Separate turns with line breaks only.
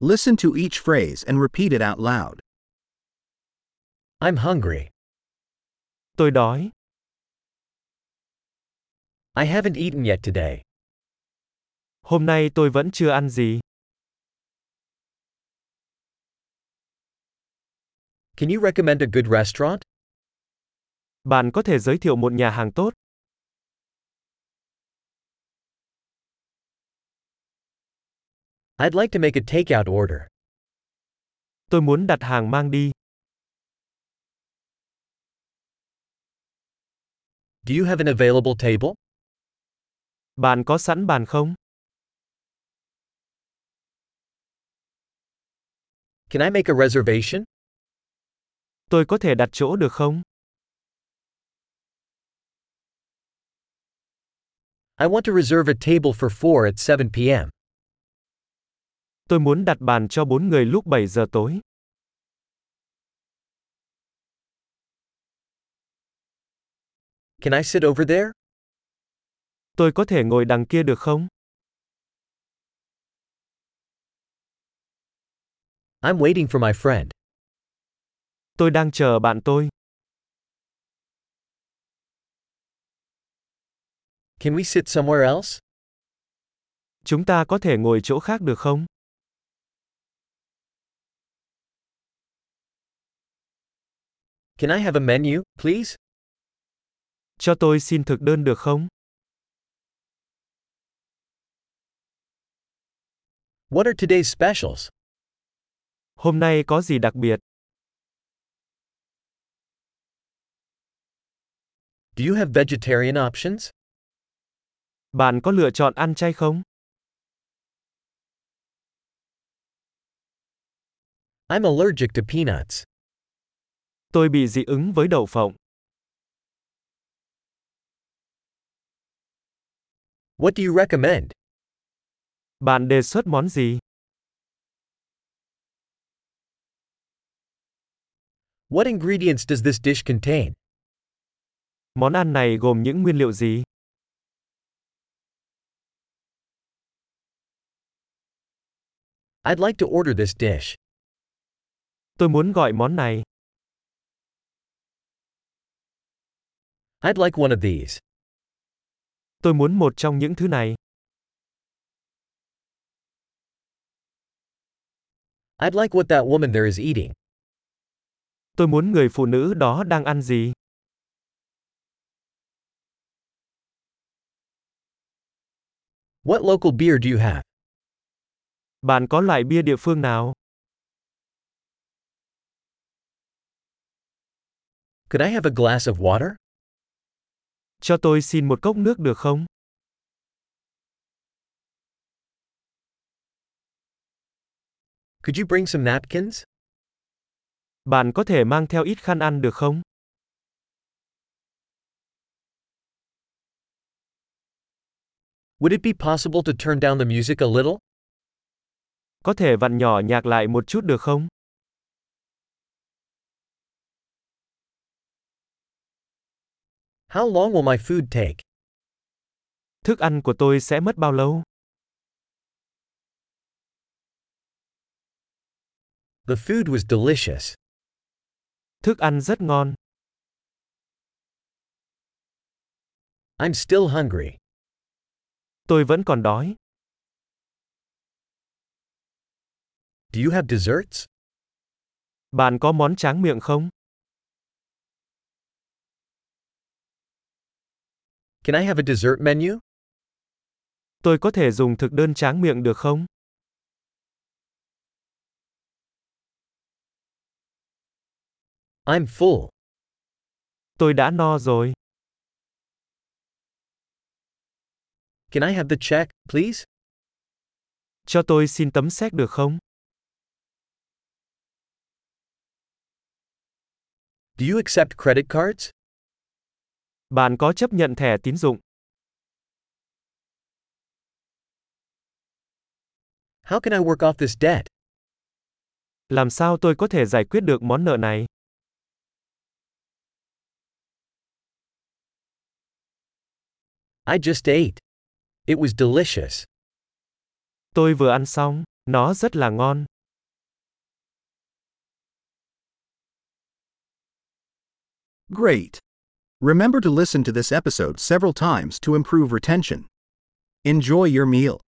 Listen to each phrase and repeat it out loud.
I'm hungry.
Tôi đói.
I haven't eaten yet today.
Hôm nay tôi vẫn chưa ăn gì.
Can you recommend a good restaurant?
Bạn có thể giới thiệu một nhà hàng tốt.
I'd like to make a takeout order.
Tôi muốn đặt hàng mang đi.
Do you have an available table?
Bạn có sẵn bàn không?
Can I make a reservation?
Tôi có thể đặt chỗ được không?
I want to reserve a table for 4 at 7 p.m.
Tôi muốn đặt bàn cho 4 người lúc 7 giờ tối.
Can I sit over there?
Tôi có thể ngồi đằng kia được không?
I'm waiting for my friend.
Tôi đang chờ bạn tôi.
Can we sit somewhere else?
Chúng ta có thể ngồi chỗ khác được không?
Can I have a menu, please?
Cho tôi xin thực đơn được không?
What are today's specials?
Hôm nay có gì đặc biệt?
Do you have vegetarian options?
Bạn có lựa chọn ăn chay không?
I'm allergic to peanuts.
Tôi bị dị ứng với đậu phộng.
What do you recommend?
Bạn đề xuất món gì?
What ingredients does this dish contain?
Món ăn này gồm những nguyên liệu gì?
I'd like to order this dish.
Tôi muốn gọi món này.
I'd like one of these.
Tôi muốn một trong những thứ này.
I'd like what that woman there is eating.
Tôi muốn người phụ nữ đó đang ăn gì?
What local beer do you have?
Bạn có loại bia địa phương nào?
Could I have a glass of water?
Cho tôi xin một cốc nước được không?
Could you bring some napkins?
Bạn có thể mang theo ít khăn ăn được không?
Would it be possible to turn down the music a little?
Có thể vặn nhỏ nhạc lại một chút được không?
How long will my food take?
Thức ăn của tôi sẽ mất bao lâu?
The food was delicious.
Thức ăn rất ngon.
I'm still hungry.
Tôi vẫn còn đói.
Do you have desserts?
Bạn có món tráng miệng không?
Can I have a dessert menu?
Tôi có thể dùng thực đơn tráng miệng được không?
I'm full.
Tôi đã no rồi.
Can I have the check, please?
Cho tôi xin tấm séc được không?
Do you accept credit cards?
Bạn có chấp nhận thẻ tín dụng?
How can I work off this debt?
Làm sao tôi có thể giải quyết được món nợ này?
I just ate. It was delicious.
Tôi vừa ăn xong, nó rất là ngon.
Great. Remember to listen to this episode several times to improve retention. Enjoy your meal.